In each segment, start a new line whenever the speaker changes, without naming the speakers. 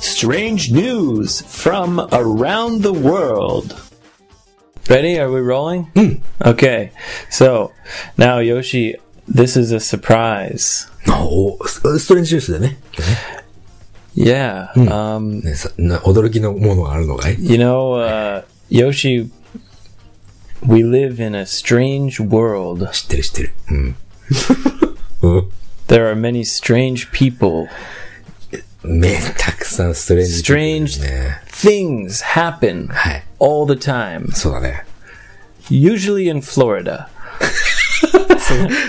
Strange news from around the world.
Ready? Are we rolling? Okay. So now, Yoshi, this is a surprise.
おースストレンジニュースでね。
Yeah. Um,
ねさな驚きのものがあるのかい
you know, uh, Yoshi, we live in a strange world.
知ってる知ってる。 うん。
There are many strange people.
うん。め、たくさんストレンジ。
Strange
ね。
Things happen
はい。
all the time,
そうだね。
usually in Florida.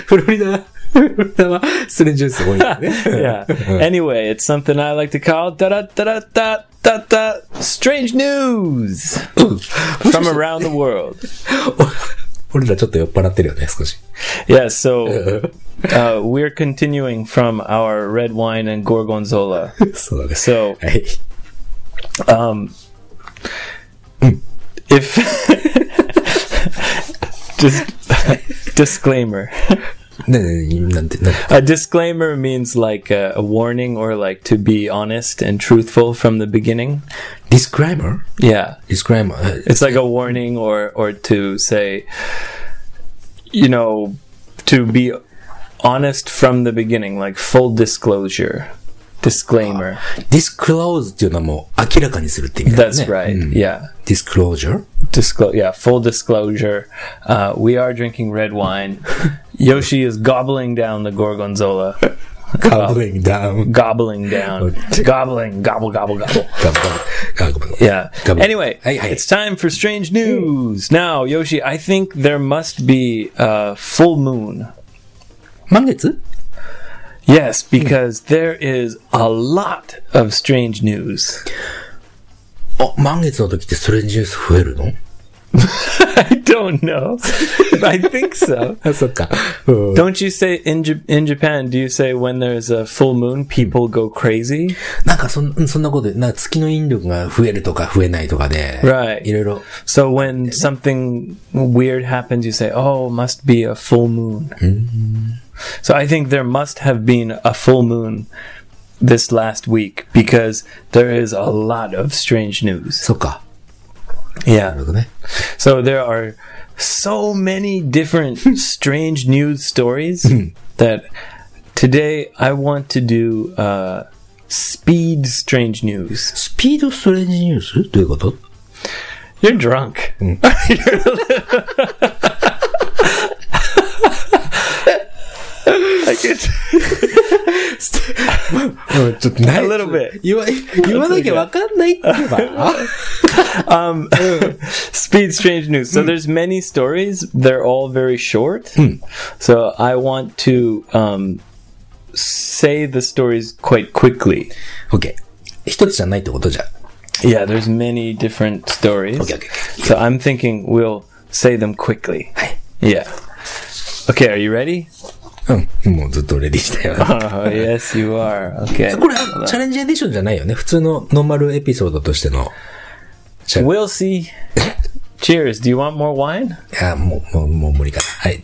フロリダ、フロリダはストレンジニュース多いんだよね。
Yeah. anyway, it's something I like to call da da da da da da da strange news
うん。
from around the world.
俺らちょっと酔っ払ってるよね、少し。
Yeah, so uh, we're continuing from our red wine and gorgonzola.
そうだね。
So
はい。
um, if just disclaimer,
ねねねなんて、なんて
a disclaimer means like a, a warning or like to be honest and truthful from the beginning.
disclaimer?
Yeah,
disclaimer? え
it's like a warning or or to say, you know, to be honest from the beginning, like full disclosure, disclaimer.
Ah, disclose っていうのはもう明らかにするって意味だよ
That's
ね。
right.
うん
Yeah.
disclosure?
disclose yeah full disclosure uh, we are drinking red wine yoshi is gobbling down the gorgonzola
covering down.
gobbling down gobbling gobble gobble gobble
頑張る。ごめんごめん
yeah
Gobble.
anyway
Hey, hey. Hmm.
it's time for strange news now yoshi i think there must be a full moon
満月
yes because there is a lot of strange news
あ、満月の時ってストレンジニュース増えるの
i don't know i think so
あ、そっか。うん
don't you say in, J- in japan do you say when there's a full moon people go crazy
なんかそんうんそんなことで、なんか月の引力が増えるとか増えないとかで、
Right.
いろいろ
So when something weird happens, you say, "Oh, must be a full moon." So I think there must have been a full moon this last week because there is a lot of strange news.
そっか。な
Yeah.
るほどね。
So there are so many different strange news stories that today I want to do uh, speed strange news.
スピードストレンジニュースどういうこと
You're drunk. I get
ちょっとない
a little bit.
言わ、言わなきゃわかんないって言えば。
Um, speed strange news. So there's many stories. They're all very short. So I want to um, say the stories quite quickly.
OK。一つじゃないってことじゃ。
Yeah, there's many different stories.
OK, OK, OK.
So I'm thinking we'll say them quickly. Yeah. Okay, are you ready?
うん。もうずっとレディー したよ。
Oh, yes, you are. Okay.
これ、チャレンジエディションじゃないよね。普通のノーマルエピソードとしての。
We'll see. Cheers. Do you want more wine?
いや、もう、もう、もう無理かな。はい。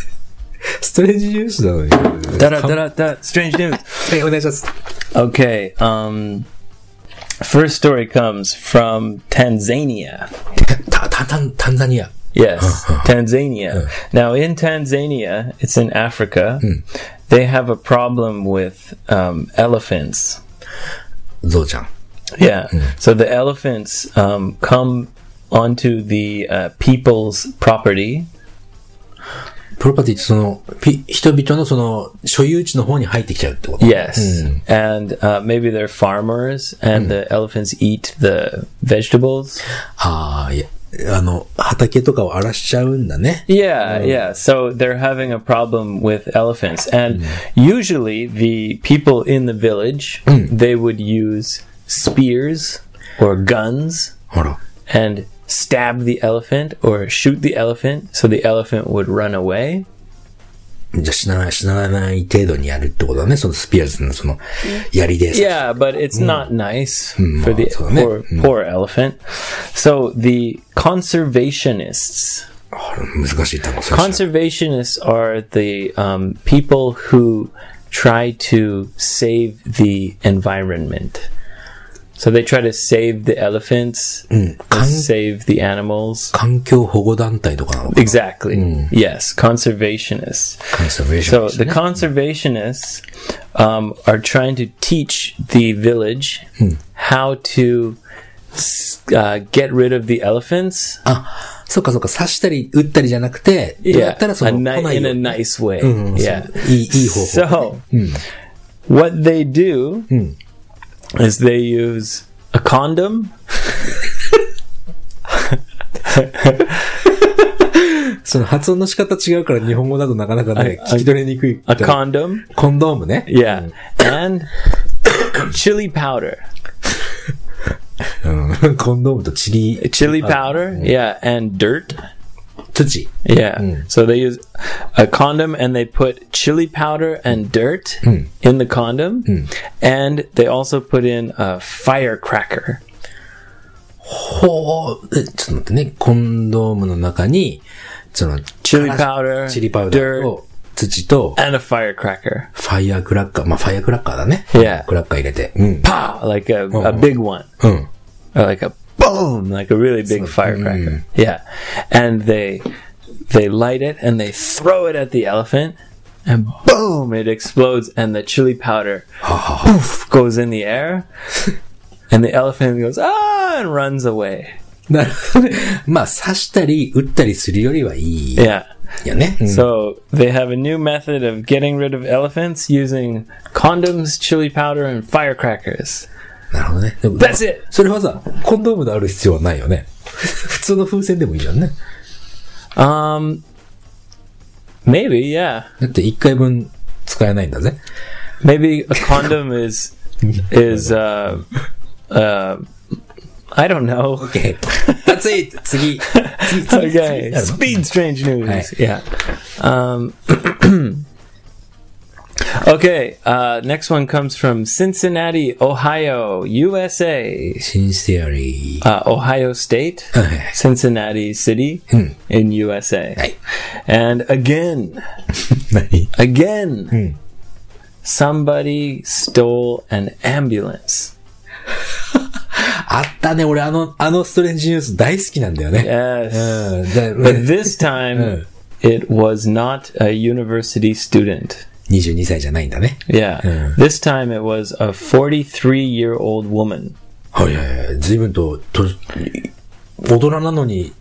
ストレンジニュースなのに。
Da da da da. Strange news.
はい、お願いします。
Okay. Um, first story comes from Tanzania.
た、た、た、タンザニア。
Yes, Tanzania. Now in Tanzania, it's in Africa. They have a problem with um, elephants.
ゾウちゃん。
Yeah. So the elephants um, come onto the uh, people's property.
プロパティってその、ピ人々のその、所有地の方に入ってきちゃうってこと
Yes, Hmm. and uh, maybe they're farmers, and the elephants eat the vegetables.
ああ、いや、あの、畑とかを荒らしちゃうんだね。
Yeah, yeah. So they're having a problem with elephants, and usually the people in the village they would use spears or guns
ほら。
and stab the elephant or shoot the elephant, so the elephant would run away.
じゃあ死なない、死なない程度にやるってことだね。そのスピアーズのその、槍で。
Yeah, but it's not nice for the
so, yeah.
poor, poor elephant. So the conservationists.
あら難しい単語。それ
Conservationists are the um, people who try to save the environment. So they try to save the elephants, or save the animals.
環境保護団体とかなのか
Exactly. Yes, conservationists.
カンサベーシ
So
ョン
the conservationists um, are trying to teach the village how to s- uh, get rid of the elephants
あ、そっかそっか、刺したり、撃ったりじゃなくて、どうや
yeah,
ったらそ
a
の、
ni-
来ない
in
よ
a nice way.
うん、
yeah.
そういい、いい方法。
So, what they do is they use a condom.
その発音の仕方違うから日本語だとなかなかね、
あ
聞き取れにくい。
A condom.
コンドームね。
Yeah. And chili powder.
うんコンドームとチリ、
Chili powder. Hmm. Yeah. And dirt.
土。
Yeah. So they use a condom and they put chili powder and dirt in the condom. And they also put in a firecracker.
ほう、えちょっと待ってね、コンドームの中に、その、
Ah, Chili
か
powder,
ら
Oh.
チリパウダー
dirt,
と土と、
and a firecracker.
ファイヤークラッカー。まあ、ファイヤークラッカーだね。
Yeah.
クラッカー入れて。うん。
pow, Oh. like a, a big one,
うん。
or uh, like a boom, like a really big firecracker. Yeah, and they they light it and they throw it at the elephant, and boom, it explodes, and the chili powder poof, goes in the air, and the elephant goes ah and runs away.
なるほどね。 まあ、刺したり、打ったりするよりはいい
Yeah.
よね。うん
So they have a new method of getting rid of elephants using condoms, chili powder, and firecrackers.
なるほどね。でも
That's it.
それはさ、コンドームである必要はないよね。普通の風船でもいいじゃんね。
Um, maybe yeah.
だって一回分使えないんだぜ。
Maybe a condom is is uh uh I don't know.
OK。That's it! 次。次、次、次。
Okay.
やるの
Speed strange news.
Alright.
Yeah. Um Okay, uh, next one comes from Cincinnati, Ohio, USA.
シンシアリー。
Uh, Ohio State,
はいはいはい
Cincinnati City in USA.
Right.
And again,
何
again, somebody stole an ambulance.
あったね。俺あの、あのストレンジニュース大好きなんだよね。
Yes.
うん。だ
But this time, it was not a university student.
22歳じゃないんだね。
Yeah.
Yeah.
This time it was a 43 year old woman.
はいはいはい。随分と、と、大人なのに、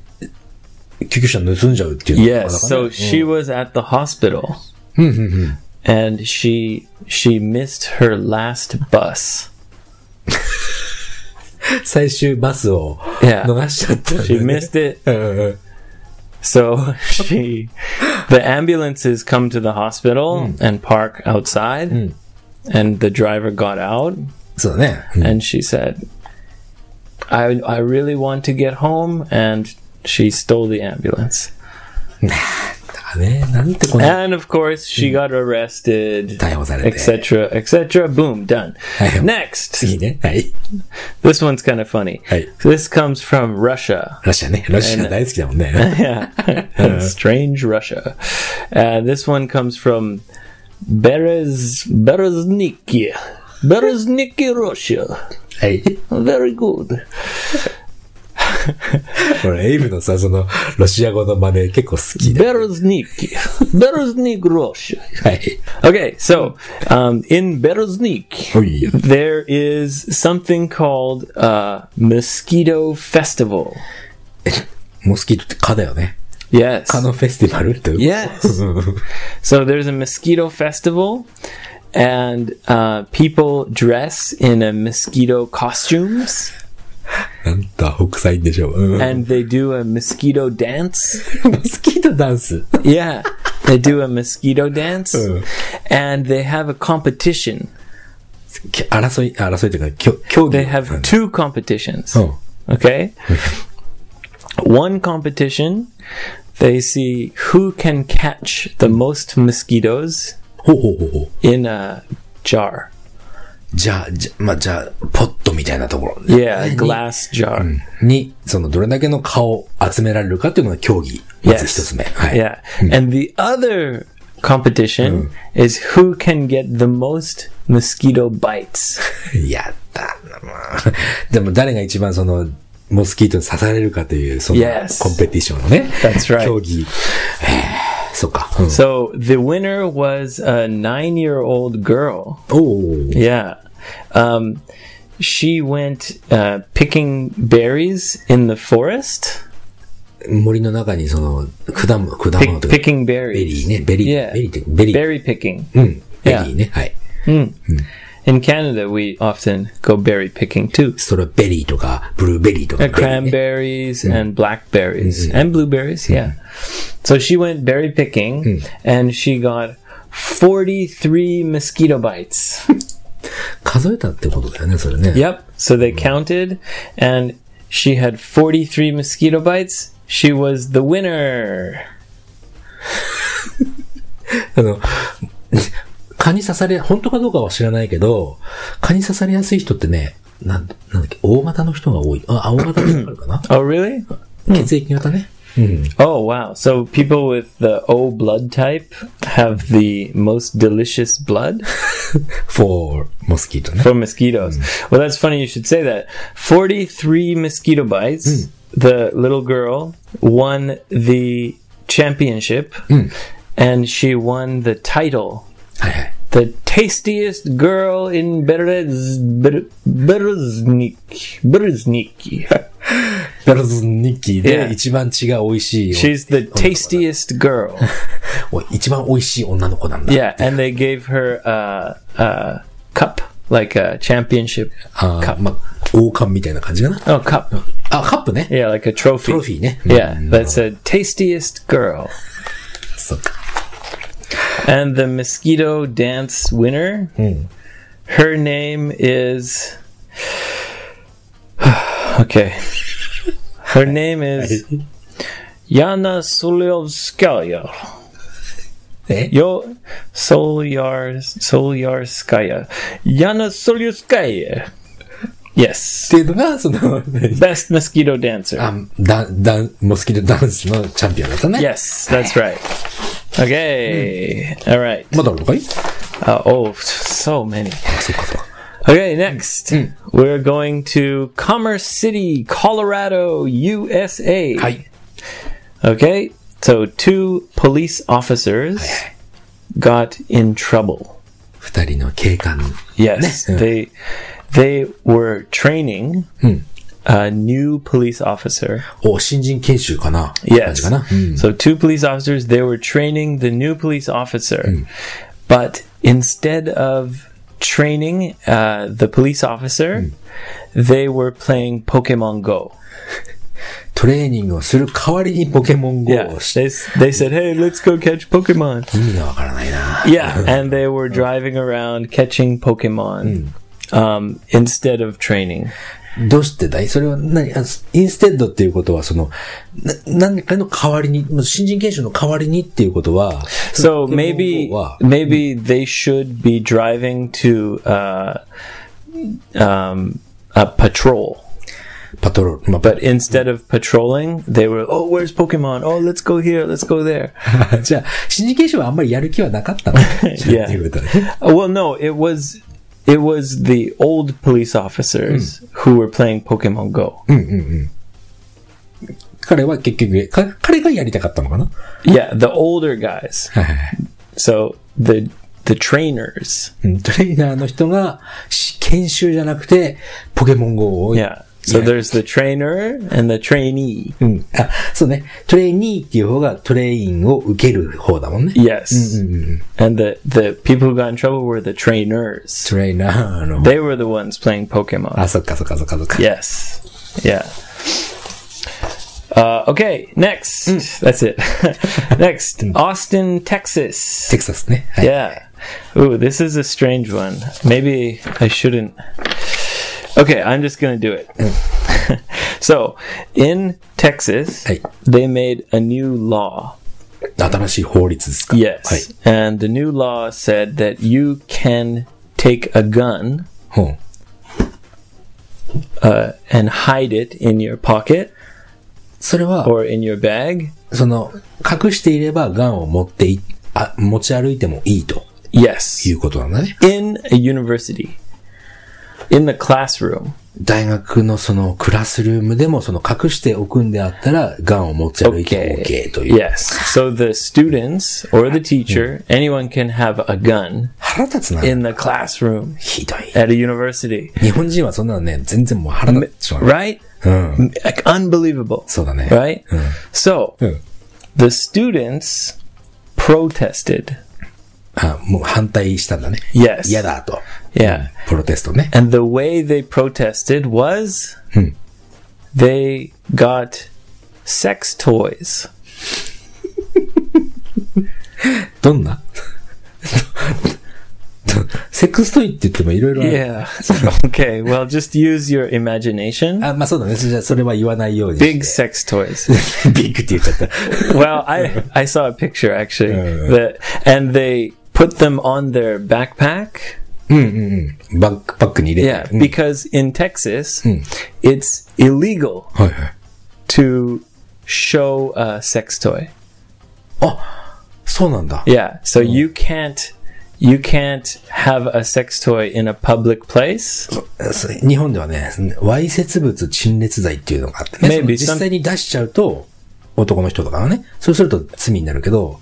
救急車盗んじゃうっていうのは
Yes. Hmm. So she was at the hospital. and she she missed her last bus.
最終バスを
Yeah.
逃しちゃったんだよね。
She missed it.
うんうんうん
So she the ambulances come to the hospital and park outside. And the driver got out
そうだね。
and she said, I, I really want to get home. And she stole the ambulance.
だね。なんてこの
And of course,
Hmm.
she got arrested,
逮捕されて。
etc., etc. Boom, done.
Yeah.
Next,
次ね。はい。
this one's kind of funny.
Hey.
This comes from Russia.
ロシアね。ロシア大好きだもんね。 Uh-huh.
Yeah, strange Russia. Uh, this one comes from Berez Berezniki, Berezniki, Russia.
はい。
Very good.
これ、エイブのさ、その、ロシア語の真似結構好きで。
Berezniki, Bereznik, Russia.
はい。
Okay, so um, in Bereznik,
おい。
there is something called uh, Mosquito Festival.
モスキートって蚊だよね。
Yes.
蚊のフェスティバルって。
Yes. so there's a Mosquito Festival, and uh, people dress in a mosquito costumes,
なんだ、北斎でしょう。うん
and they do a mosquito dance.
モスキートダンス。
Yeah. They do a mosquito dance,
Mm.
and they have a competition.
き争い、争いというか、きょ競技。
They have two competitions.
うん。
Okay? One competition, they see who can catch the most mosquitoes
ほうほうほうほう。
in a jar.
じゃあ、じゃ、まあ、じゃあ、ポットみたいなところ。
Yeah, a glass jar.
Hmm. に、その、どれだけの蚊を集められるかっていうのが競技。まず
Yes.
一つ目。はい。
Yeah. And the other competition is who can get the most mosquito bites.
やったな、まあ。でも誰が一番その、モスキートに刺されるかという、その
Yes.
コンペティションのね、
That's right.
競技。えーそっか。うん
So the winner was a nine year old girl.
おー
Yeah. Um, she went uh, picking berries in the forest.
森の中にその、果物、果
Pick,
物というか、
picking
ベ
berries.
リーね、ベリー、
Yeah.
ベリーって、ベリ
Berry
ー。
Hmm. picking.
うん、ベリ
Yeah.
ーね、はい。
In Canada, we often go berry picking too.
ストロベリーとか、ブルーベリーとか
Uh,
ベリーね。
cranberries and blackberries and blueberries. Yeah. So she went berry picking and she got 43 mosquito bites.
数えたってことだよね、それね。
yep. So they counted and she had 43 mosquito bites. She was the winner.
あの、蚊に刺され、本当かどうかは知らないけど、蚊に刺されやすい人ってね、なん、なんだっけ、大型の人が多い。あ、青型の人あるかな
Oh, really?
血液型ね。
Oh, wow. So people with the O blood type have the most delicious blood?
for mosquito ね。
for mosquitoes. Well, that's funny you should say that. 43 mosquito bites. The little girl won the championship and she won the title.
はいはい。
The tastiest girl in Berez, Ber, Bereznik. Bereznik.
ベルズニッキー
Yeah.
で一番血が美味しい。
She's the tastiest girl.
お一番美味しい女の子なんだ。
yeah, and they gave her a, a cup, like a championship
あー
cup.
ま、王冠みたいな感じかな。
Oh, cup.
あ、カップね。
Yeah, like a trophy.
トロフィーね。
Yeah,
うん
that said, tastiest girl.
そっか。
And the mosquito dance winner, her name is. okay. Her name is Yana Solyovskaya.
え
Yo Solyar Solyarskaya. Yana Solyarskaya. Yes.
っていうのが、その、
Best mosquito dancer.
あダン、ダン、モスキートダンスのチャンピオンだったね。
Yes, that's right. Okay. All right.
まだあるのかい
Uh, oh, so many.
あ、そっかそっか。
Okay, next we're going to Commerce City, Colorado, USA.
はい。
Okay, so two police officers got in trouble.
二人の警官。
Yes,
Yeah.
they they were training a new police officer.
お、新人研修かな感じ
Yes,
かな、うん
so two police officers they were training the new police officer, but instead of training uh, the police officer, they were playing Pokemon Go.
トレーニングをする代わりにポケモン GO
Yeah,
をして
they, they said, hey, let's go catch Pokemon.
意味がわからないな。
Yeah, and they were driving around catching Pokemon um, instead of training.
どうしてだいそれは何あインステッドっていうことは、その、な何かの代わりに、もう新人研修の代わりにっていうことは、
So
ポケモン
maybe
GO は
maybe they should be driving to uh, um, a patrol.
パトロール、まあ、
But instead of patrolling, they were, oh, where's Pokemon? Oh, let's go here, let's go there.
じゃあ、新人研修はあんまりやる気はなかったの
Yeah.
って いうことだね
Uh, well, no, it was it was the old police officers who were playing Pokemon Go.
彼は結局、か彼がやりたかったのかな
Yeah, the older guys.
はいはいはい
So the the trainers.
うんトレーナーの人が、し研修じゃなくて、ポケモン GO を
Yeah. So
Yeah.
there's the trainer and the trainee.
うん。あ、そうね。トレーニーっていう方がトレインを受ける方だもんね。
Yes. And the the people who got in trouble were the trainers.
トレーナーの。
They were the ones playing Pokemon.
あ、そっかそっかそっかそっか。
Yes. Yeah. Uh, okay, next. That's it. next, Austin, Texas.
テキサスね。はい。
Yeah. Ooh, this is a strange one. Maybe I shouldn't. Okay, I'm just going to do it. so, in Texas,
Hey.
they made a new law.
新しい法律ですか
Yes.
はい。
And the new law said that you can take a gun
ほう
uh, and hide it in your pocket
それは、
or in your bag.
その、隠していればガンを持ってい、あ、持ち歩いてもいいと
Yes.
いうことなんだね。
In a university. in the classroom.
大学のそのクラスルームでもその隠しておくんであったら、ガンを持ち歩いて OK という。
Yes. So the students or the teacher, anyone can have a gun
腹立つな。
in the classroom
ひどい。
at a university.
日本人はそんなのね、全然もう腹立ってしまう。
Right?
うん。
Like, unbelievable.
そうだね。
Right? So
うん。
the students protested.
あ、もう反対したんだね。
Yes.
嫌だと。
Yeah.
プロテストね。
And the way they protested was they got sex toys.
どんなセックストイって言ってもいろいろある。
Yeah. okay. Well, just use your imagination.
あ、まあそうだね。じゃあそれは言わないようにして。
Big sex toys.
ビッグって言っちゃった。
well, I I saw a picture actually
Yeah.
that, and they put them on their backpack.
バックパックに入れ
Yeah,
て。
because in Texas, it's illegal
はいはい。
to show a sex toy.
そうなんだ。
Yeah, so you can't you can't have a sex toy in a public place.
それ日本ではね、わいせつ物陳列罪っていうのがあってね。
Maybe
その実際に出しちゃうと、男の人とかはね。そうすると罪になるけど、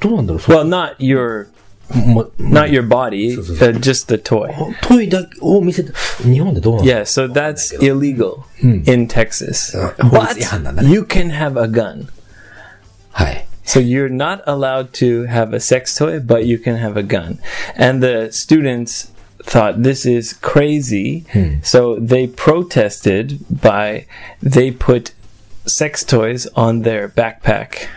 どうなんだろう、そ
Well, not your
うも
not your body, uh, just the toy.
トイだけを見せて、日本でどうなんだろ
Yeah,
う
so that's illegal Hmm. in Texas.
Uh,
But
法律違反なんだね。
you can have a gun.
はい。
So you're not allowed to have a sex toy, but you can have a gun. And the students thought this is crazy. So they protested by they put sex toys on their backpack.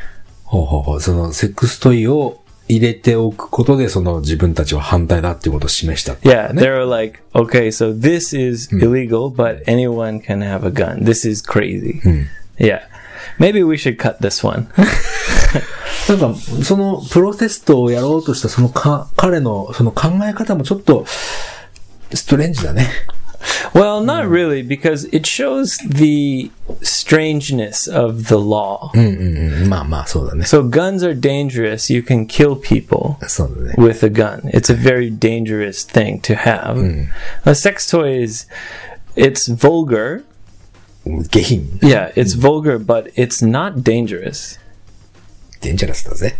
ほうほうほう。その、セックストイを入れておくことで、その自分たちは反対だっていうことを示したっていう
Yeah, they were like, okay, so this is illegal, but anyone can have a gun. This is crazy. Yeah. Maybe we should cut this one.
なんか、そのプロテストをやろうとしたそのか、彼のその考え方もちょっと、ストレンジだね。
Well, not really, because it shows the strangeness of the law.
うん、まあまあ、そうだね。
So guns are dangerous. You can kill people
そうだね。
with a gun. It's a very dangerous thing to have. A sex toy is it's vulgar.
下品。
Yeah, it's vulgar, but it's not dangerous.
デンジャラスだぜ。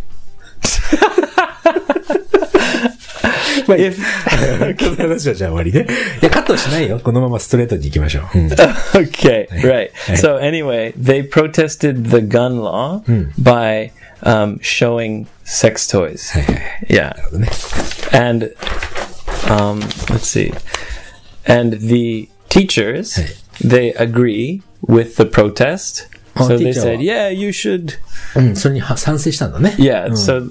If
この話はじゃあ終わりね。いや、カットしないよ。このままストレートに行きましょう。うん、
okay, right. So anyway, they protested the gun law by um, showing sex toys. Yeah.
ね
and um, let's see and the teachers
Hey.
they agree with the protest
Oh,
so they
teacher.
said yeah you should
うん、それには賛成したんだね。
yeah so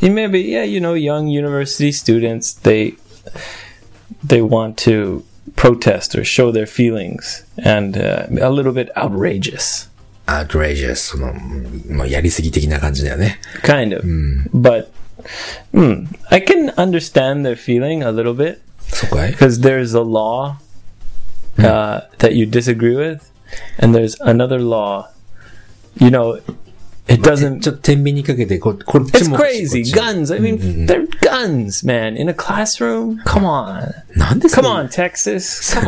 you maybe yeah you know young university students they they want to protest or show their feelings and uh, a little bit outrageous
アートレイジャス、その、もうやりすぎ的な感じだよね。
kind of but mm, i can understand their feeling a little bit
そこかい
because there's a law uh, that you disagree with, and there's another law. You know, it
え
doesn't.
ちょっと天秤にかけて、ここっ
It's
ちも。
crazy.
こっちも
Guns. I mean, they're guns, man. In a classroom. Mm-hmm. Come on.
なんでそ
Come
れ
on, Texas. Come on.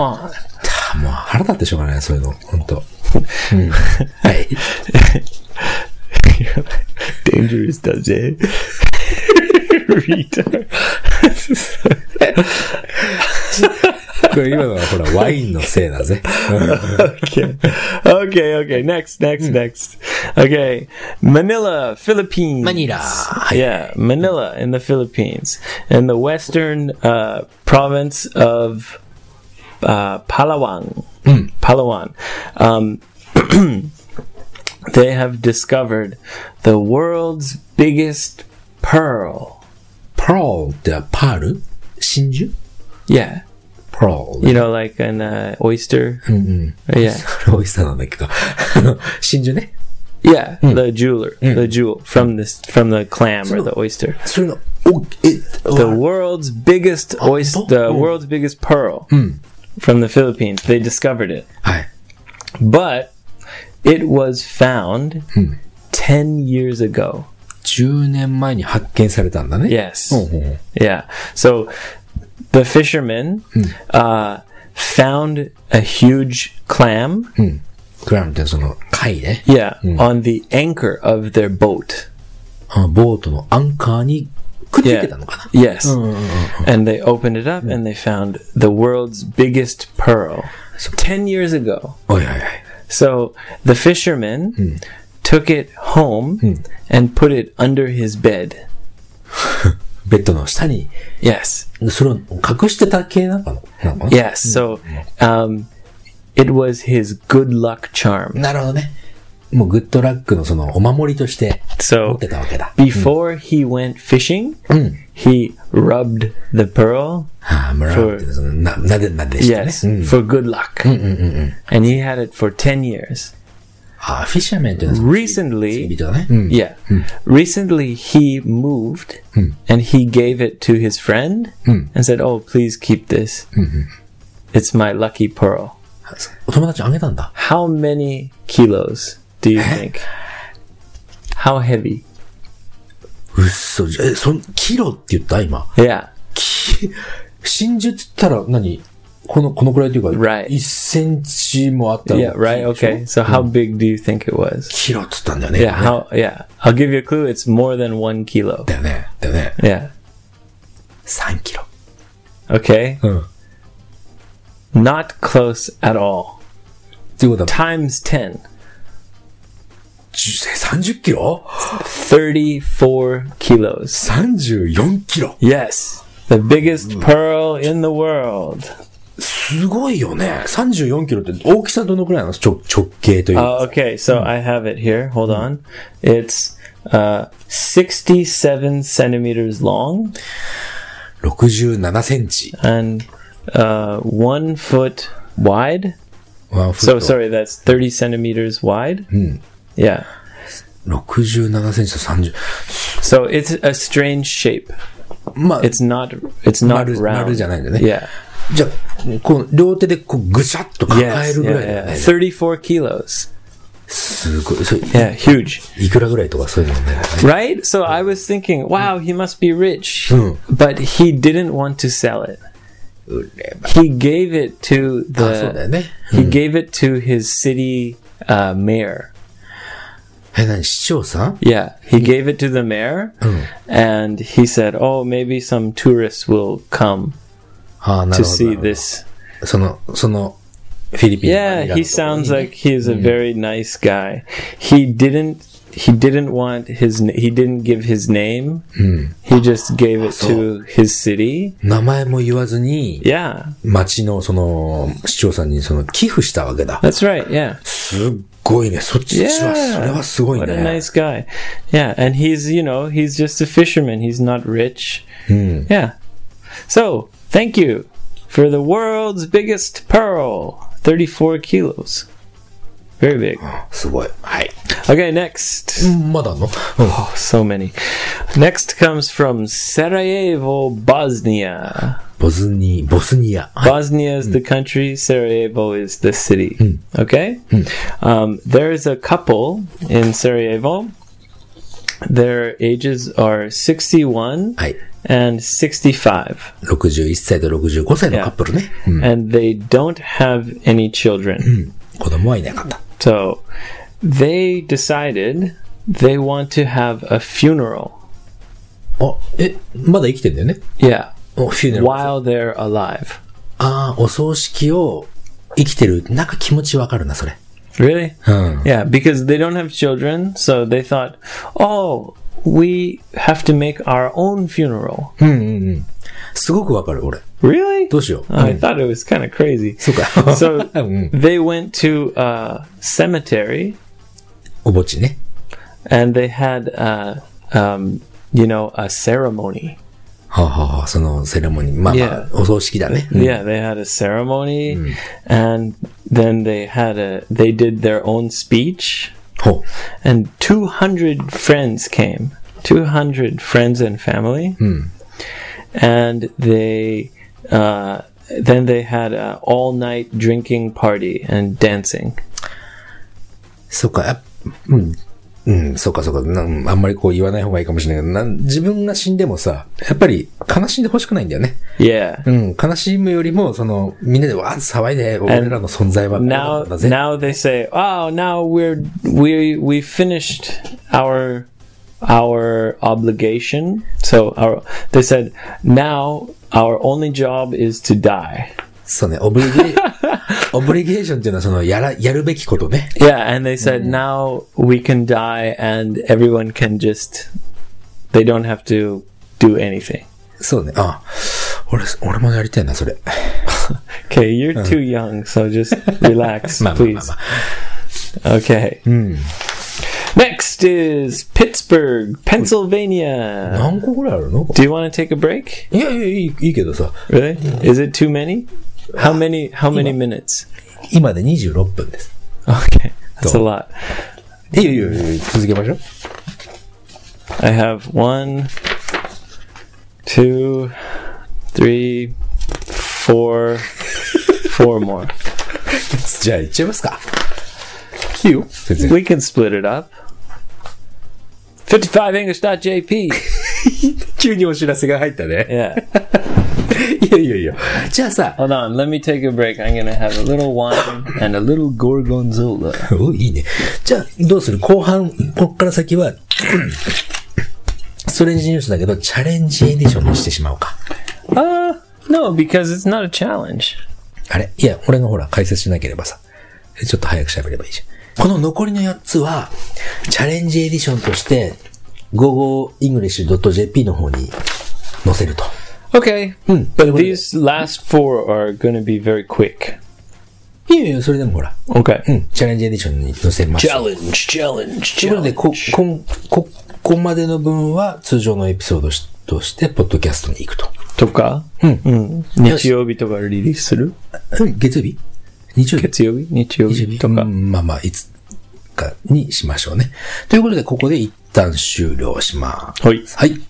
もう腹立ってしょうがない、そういうの。本当。うん。はい。
Dangerous, does it? Retard.
これ今のはほら、ワインのせいだぜ。
okay. Okay, okay. Next, next, next. Okay. Manila, Philippines.
Manila.
Yeah, Manila in the Philippines. In the western uh, province of uh, Palawan. Palawan. Um, they have discovered the world's biggest pearl.
パールってパール真珠
Yeah.
パール。
You know, like an uh, oyster. Yeah.
これ美味しさなんだけど。あの真珠ね。
Yeah, the jeweler, the jewel from this from the clam or the oyster.
それの、お、え、
The world's biggest oyster, the world's biggest pearl from the Philippines. They discovered it,
はい。
but it was found ten years ago.
10年前に発見されたんだね。
Yes,
Oh, ほうほうほう
yeah. So the fishermen uh, found a huge clam,
うん。クラムってその、貝ね。
yeah, on the anchor of their boat.
あボートのアンカーにくっつい
Yeah.
てたのかな。
Yes. And they opened it up and they found the world's biggest pearl 10 years ago.
はいはいはい。
So the fisherman took it home and put it under his bed.
ベッドの下に、
Yes.
それを隠してた系なのかななのかな
Yes. So um, it was his good luck charm.
なるほどね。もうグッドラックのそのお守りとして持
So
ってたわけだ。
before he went fishing, he rubbed the pearl.
ああ、もらうっていうのはそのな、なでなでしてね
Yes,。
うん
for good luck. And he had it for 10 years.
ああ、フィッシャーメンっていうのはその
Recently,
人だね。うん。
yeah, recently he moved and he gave it to his friend and said, Oh, please keep this. It's my lucky pearl.
お友達あげたんだ。
How many kilos do you think? How heavy?
うっそ、じゃえ、そん、キロって言った今。
Yeah.
き、真珠って言ったら何この、このくらいというか、
Right.
1センチもあったら
Yeah, right? Okay. So, how big do you think it was?
キロって言ったんだよね。
Yeah,
今ね
how, yeah. I'll give you a clue. It's more than one kilo.
だよね。だよね。
Yeah.
3キロ。
Okay.
うん。
Not close at all.
ということは、
Times 10.
30キロ
34 kilos.
34キロ。
Yes, the biggest pearl in the world.
すごいよね。34キロって大きさどのくらいなの直直径という。
Uh, okay, so I have it here. Hold on. It's uh, 67 centimeters long
67センチ。
and uh, one foot wide.
ワンフ
So
ット。
sorry, that's 30 centimeters wide. Yeah.
67センチと30。
So it's a strange shape.
まあ、
It's not. It's not
丸、丸
round.
じゃないんだね。
Yeah.
じゃあ、こう、両手でこう、ぐしゃっと抱え
Yes.
るぐ
yeah,
らいだよ
yeah.
ね。
Thirty-four kilos.
すごい。それ
Yeah, huge.
いくらぐらいとかそういうのね。
Right? So I was thinking, wow, he must be rich. But he didn't want to sell it.
売れば
He gave it to
あ、そうだ
the
よね。
he gave it to his city uh, mayor.
え、何市長さん
Yeah, he gave it to the mayor and he said, "Oh, maybe some tourists will come
ああ、な
to
るほど
see
なる
this."
ほど。その、その、フィリピンのマニ
Yeah,
ラの
he
ところに
sounds like he is a very nice guy. He didn't he didn't want his n- he didn't give his name. He just gave it to his city.
名前も言わずに、
Yeah.
町のその、市長さんにその、寄付したわけだ。
That's right. Yeah.
すっごいね。そっちは、それはすごい
What a
ね。
nice guy. Yeah, and he's you know he's just a fisherman. He's not rich. Yeah. So thank you for the world's biggest pearl, thirty-four kilos. Very big.
すごい。はい。
Okay, next.
うんまだあんの、うん、
Oh, so many. Next comes from Sarajevo, Bosnia.
ボスニ、ボスニア。はい
Bosnia is the country, Sarajevo is the city. Okay? Um, there is a couple in Sarajevo. Their ages are 61
はい。
and 65,
61歳と65歳のカップルね。うん
and they don't have any children.
子供はいなかった。
So they decided they want to have a funeral.
あ、え、まだ生きてんだよね。
Yeah,
おフューネル。あ
while they're alive.
あー、お葬式を生きてる。なんか気持ちわかるな、それ。
Really?
うん。
Yeah, because they don't have children, so they thought, oh, we have to make our own funeral.
すごくわかる、俺。
Really? Oh,
どうしよう。
I thought it was kind of crazy.
そうか。
So
うん。
they went to a cemetery
おぼちね。
and they had, uh, um, you know, a ceremony.
はあ、はあはあ、そのセレモニー。まあ、まあ
Yeah.
お葬式だね。
Yeah, they had a ceremony and then they had a, they did their own speech
ほ
and 200 friends came 200 friends and family and they uh, then they had an all-night drinking party and dancing
う。そうか。やっうん。うん、そうかそうかなん。あんまりこう言わない方がいいかもしれないけど、なん自分が死んでもさ、やっぱり悲しんでほしくないんだよね。
Yeah.
うん、悲しむよりも、その、みんなでわーっと騒いで、俺らの存在はこうな
Now,
んだぜ。
now they say, "Oh, now we're we we finished our our obligation." So our they said, "Now our only job is to die."
そうね、オブリ ゲー、オブリゲーションっていうのはその、やら、やるべきことね。
Yeah, and they said, "Now we can die, and everyone can just they don't have to do anything."
そうね、あ俺、俺もやりたいな、それ。
Okay, you're too young, so just relax,
まあまあま
please.
あまあ。
Okay. Next is Pittsburgh, Pennsylvania.
何個ぐらいあるの
Do you want to take a break?
いやいや、いい、いいけどさ、
Really? Is it too many? How many? How many minutes?
今で26分です。
Okay, that's a lot.
いいよいいよいいよ、続けましょう。
I have one, two, three, four, four more.
じゃあ、行っちゃいますか。いいよ、全然。
We can split it up. 55english.jp.
急にお知らせが入ったね。
Yeah.
いやいやいや。じゃあさ、
Hold on, let me take a break. I'm gonna have a little wine and a little gorgonzola.
おいいね。じゃあ、どうする後半、こっから先は、 ストレンジニュースだけど、チャレンジエディションにしてしまおうか。
Uh, no, because it's not a challenge.
あれいや、俺がほら、解説しなければさ。ちょっと早く喋ればいいじゃん。この残りの4つは、チャレンジエディションとして、gogoenglish.jp の方に載せると。
Okay,
で
but
もね
Hmm. these last four are gonna be very quick.
いやいや、それでもほら、
Okay.
うん、チャレンジエディションに載せます。
Challenge, challenge,
ということで、こ、こん、こ、ここまでの分は通常のエピソードしとして、ポッドキャストに行くと。
とか、うん日曜日とかリリースする
うん、月曜日日曜日
月曜日日曜日と
う
か。
んまあまあ、いつかにしましょうね。ということで、ここで一旦終了します。
はい
はい。